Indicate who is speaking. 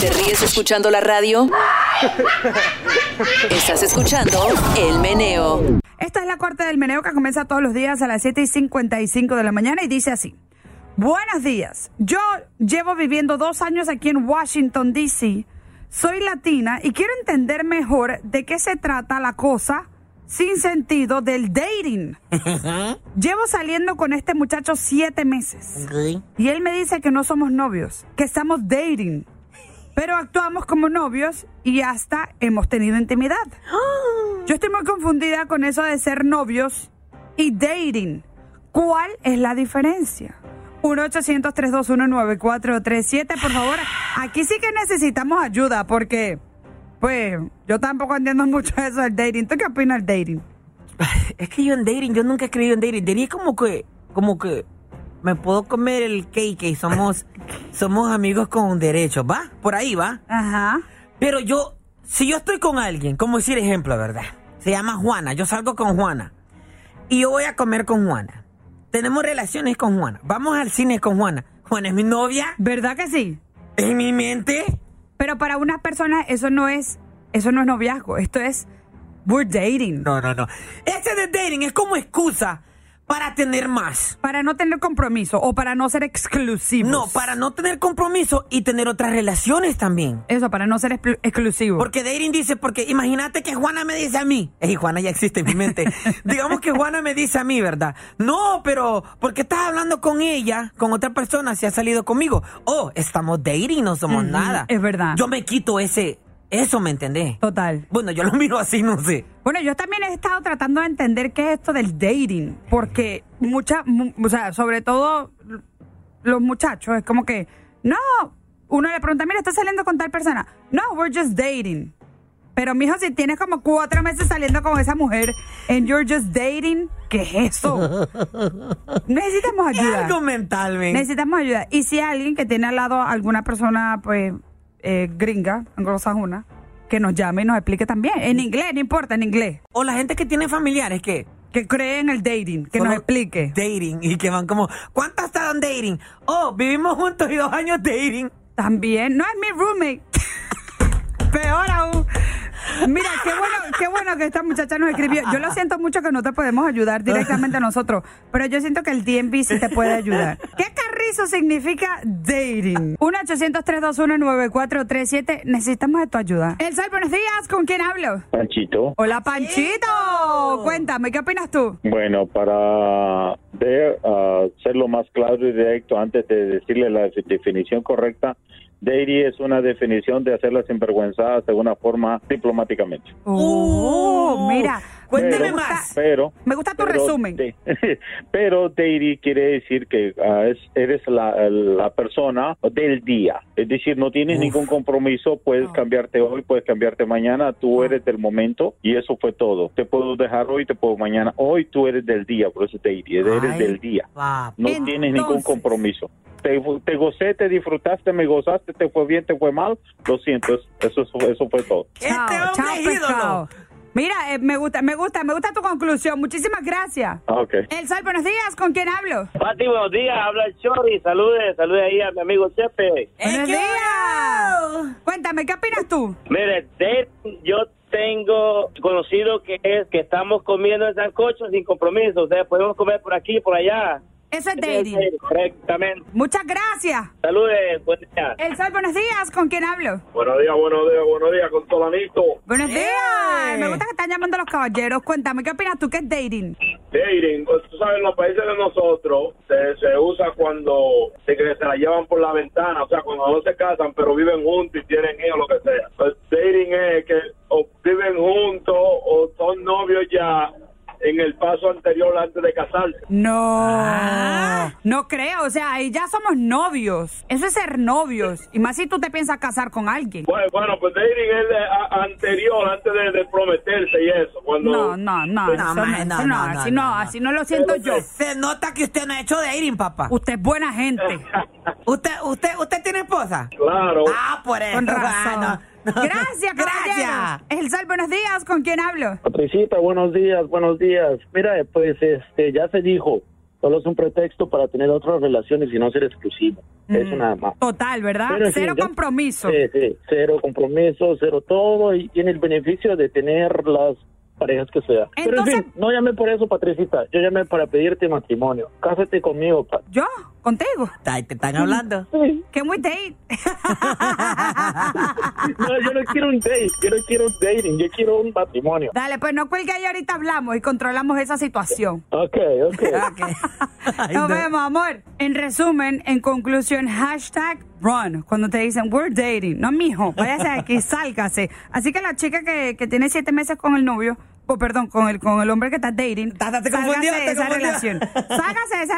Speaker 1: ¿Te ríes escuchando la radio? Estás escuchando El Meneo.
Speaker 2: Esta es la corte del meneo que comienza todos los días a las 7 y 55 de la mañana y dice así. Buenos días. Yo llevo viviendo dos años aquí en Washington, D.C. Soy latina y quiero entender mejor de qué se trata la cosa sin sentido del dating. Llevo saliendo con este muchacho siete meses
Speaker 3: Ok.
Speaker 2: y él me dice que no somos novios, que estamos dating, pero actuamos como novios y hasta hemos tenido intimidad. Yo estoy muy confundida con eso de ser novios y dating. ¿Cuál es la diferencia? 1-800-321-9437, por favor. Aquí sí que necesitamos ayuda porque, pues, yo tampoco entiendo mucho eso del dating. ¿Tú qué opinas del dating?
Speaker 3: Es que yo en dating, yo nunca he creído en dating. Dating es como que, como que me puedo comer el cake y somos, somos amigos con derechos, ¿va? Por ahí va.
Speaker 2: Ajá.
Speaker 3: Pero yo, si yo estoy con alguien, como decir ejemplo, ¿verdad? Se llama Juana, yo salgo con Juana. Y yo voy a comer con Juana. Tenemos relaciones con Juana. Vamos al cine con Juana. Juana es mi novia.
Speaker 2: ¿Verdad que sí?
Speaker 3: En mi mente.
Speaker 2: Pero para unas personas eso no es, eso no es noviazgo. Esto es, we're dating.
Speaker 3: No, no, no. Ese de dating es como excusa para tener más.
Speaker 2: Para no tener compromiso o para no ser exclusivos.
Speaker 3: No, para no tener compromiso y tener otras relaciones también.
Speaker 2: Eso, para no ser exclu- exclusivo.
Speaker 3: Porque Dating dice, porque imagínate que Juana me dice a mí. Ey, Juana ya existe en mi mente. Digamos que Juana me dice a mí, ¿verdad? No, pero ¿por qué estás hablando con ella, con otra persona, si ha salido conmigo? Oh, estamos dating, no somos
Speaker 2: Ujú,
Speaker 3: nada.
Speaker 2: es verdad.
Speaker 3: Yo me quito ese, eso, ¿me entendés?
Speaker 2: Total.
Speaker 3: Bueno, yo lo miro así, no sé.
Speaker 2: Bueno, yo también he estado tratando de entender qué es esto del dating, porque muchas, o sea, sobre todo los muchachos, es como que, no, uno le pregunta, mira, ¿estás saliendo con tal persona? No, we're just dating. Pero, mijo, si tienes como cuatro meses saliendo con esa mujer and you're just dating, ¿qué es eso? Necesitamos
Speaker 3: Es
Speaker 2: ayuda.
Speaker 3: algo mental, men.
Speaker 2: Necesitamos ayuda. Y si hay alguien que tiene al lado a alguna persona, pues, eh, gringa, anglosajona, que nos llame y nos explique también. En inglés, no importa, en inglés.
Speaker 3: O la gente que tiene familiares que...
Speaker 2: Que cree en el dating, que
Speaker 3: Solo
Speaker 2: nos explique.
Speaker 3: Dating y que van como, ¿cuántas estaban dating? Oh, vivimos juntos y dos años dating.
Speaker 2: También, no es mi roommate. Peor aún. Mira, qué bueno, qué bueno que esta muchacha nos escribió. Yo lo siento mucho que no te podemos ayudar directamente nosotros, pero yo siento que el DMV sí te puede ayudar. ¿Qué carrizo significa dating? 1-800-321-9437. Necesitamos de tu ayuda. El Sal, buenos días. ¿Con quién hablo?
Speaker 4: Panchito.
Speaker 2: Hola, Panchito. Cuéntame, ¿qué opinas tú?
Speaker 4: Bueno, para de, ah, ser lo más claro y directo antes de decirle la de- definición correcta, Dairy es una definición de hacerla sinvergüenzada de una forma diplomáticamente.
Speaker 2: Oh,
Speaker 3: Uh,
Speaker 2: mira.
Speaker 3: cuénteme
Speaker 2: me gusta-
Speaker 3: más.
Speaker 4: Pero
Speaker 2: Me gusta tu
Speaker 4: pero
Speaker 2: resumen.
Speaker 4: de- pero Dairy quiere decir que ah, es- eres la, la persona del día. Es decir, no tienes
Speaker 3: Uf.
Speaker 4: ningún compromiso, puedes
Speaker 2: Ah.
Speaker 4: cambiarte hoy, puedes cambiarte mañana, tú eres del momento y eso fue todo. Te puedo dejar hoy, te puedo mañana. Hoy tú eres del día, por eso Dairy, eres
Speaker 3: Ay,
Speaker 4: del día.
Speaker 3: papá.
Speaker 4: No
Speaker 2: Entonces-
Speaker 4: tienes ningún compromiso. Te, te gocé, te disfrutaste, me gozaste, te fue bien, te fue mal. Lo siento, es- eso, eso, eso fue todo.
Speaker 3: Este hombre es ídolo.
Speaker 2: pescado. pues, Mira, eh, me gusta, me gusta, me gusta tu conclusión. Muchísimas gracias.
Speaker 4: Ah, ok.
Speaker 2: El Sol, buenos días. ¿Con quién hablo?
Speaker 5: Pati, buenos días. Habla el Chori. Salude, salude ahí a mi amigo Chepe.
Speaker 3: ¡Eh,
Speaker 2: buenos
Speaker 3: qué bueno!
Speaker 2: días. Cuéntame, ¿qué opinas tú?
Speaker 5: Mire, de- yo tengo conocido que es que estamos comiendo en sancocho sin compromiso. O sea, podemos comer por aquí, por allá.
Speaker 2: Eso es
Speaker 5: Sí,
Speaker 2: dating.
Speaker 5: Correctamente.
Speaker 2: Muchas gracias.
Speaker 5: Salude, buen día.
Speaker 2: El Sol, buenos días. ¿Con quién hablo?
Speaker 6: Buenos días, buenos días, buenos días, con Tolanito.
Speaker 2: Buenos
Speaker 3: ¡Eh!
Speaker 2: días. Me gusta que están llamando a los caballeros. Cuéntame, ¿qué opinas tú? ¿Qué es dating?
Speaker 6: Dating, pues, tú sabes, en los países de nosotros se, se usa cuando se, que se la llevan por la ventana, o sea, cuando no se casan, pero viven juntos y tienen hijos, lo que sea. Pues, dating es que o viven juntos o son novios ya en el paso anterior antes de casarse.
Speaker 2: No.
Speaker 3: Ah.
Speaker 2: No creo. O sea, ahí ya somos novios. Eso es ser novios. Y más si tú te piensas casar con alguien.
Speaker 6: Bueno, bueno, pues dating es de- a- anterior, antes de, de prometerse y eso. Cuando
Speaker 2: No, no, no.
Speaker 3: No,
Speaker 2: eso No,
Speaker 3: ma, no,
Speaker 2: eso no,
Speaker 3: no, no,
Speaker 2: así no,
Speaker 3: no.
Speaker 2: así no lo siento yo.
Speaker 3: Se nota que usted no ha hecho dating, papá.
Speaker 2: Usted es buena gente.
Speaker 3: ¿Usted, usted, usted tiene esposa?
Speaker 6: Claro.
Speaker 3: Ah, por eso.
Speaker 2: Con razón.
Speaker 3: Ah, no, no.
Speaker 2: Gracias,
Speaker 3: Gracias.
Speaker 2: gracias. El Sol, buenos días. ¿Con quién hablo?
Speaker 7: Patricita, buenos días, buenos días. Mira, pues este, ya se dijo, solo es un pretexto para tener otras relaciones y no ser exclusivo.
Speaker 4: es una ma-
Speaker 2: Total, ¿verdad?
Speaker 4: Pero en fin,
Speaker 2: Mm. Ah, Cero
Speaker 4: yo-
Speaker 2: compromiso.
Speaker 4: Sí, sí, cero compromiso, cero todo y tiene el beneficio de tener las parejas que sea. Pero en
Speaker 2: Entonces-
Speaker 4: fin, no llamé por eso, Patricita. Yo llamé para pedirte matrimonio. Cásate conmigo, Pat.
Speaker 2: Yo, contigo.
Speaker 3: Ta- Te están hablando.
Speaker 2: Que muy date.
Speaker 4: No, yo no quiero un date, yo no quiero un dating, yo quiero un matrimonio.
Speaker 2: Dale, pues no cuelgue ahí, ahorita hablamos y controlamos esa situación.
Speaker 4: Ok, ok.
Speaker 2: Ah,
Speaker 3: Ay,
Speaker 2: Nos
Speaker 3: no.
Speaker 2: vemos, amor. En resumen, en conclusión, hashtag run. Cuando te dicen, we're dating. No, mijo, váyase de aquí, sálgase. Así que la chica que, que tiene siete meses con el novio, o perdón, con el, con el hombre que está dating,
Speaker 3: Ta- ta- te confundí,
Speaker 2: sálgase de
Speaker 3: te
Speaker 2: esa
Speaker 3: confundí.
Speaker 2: relación. Sálgase de esa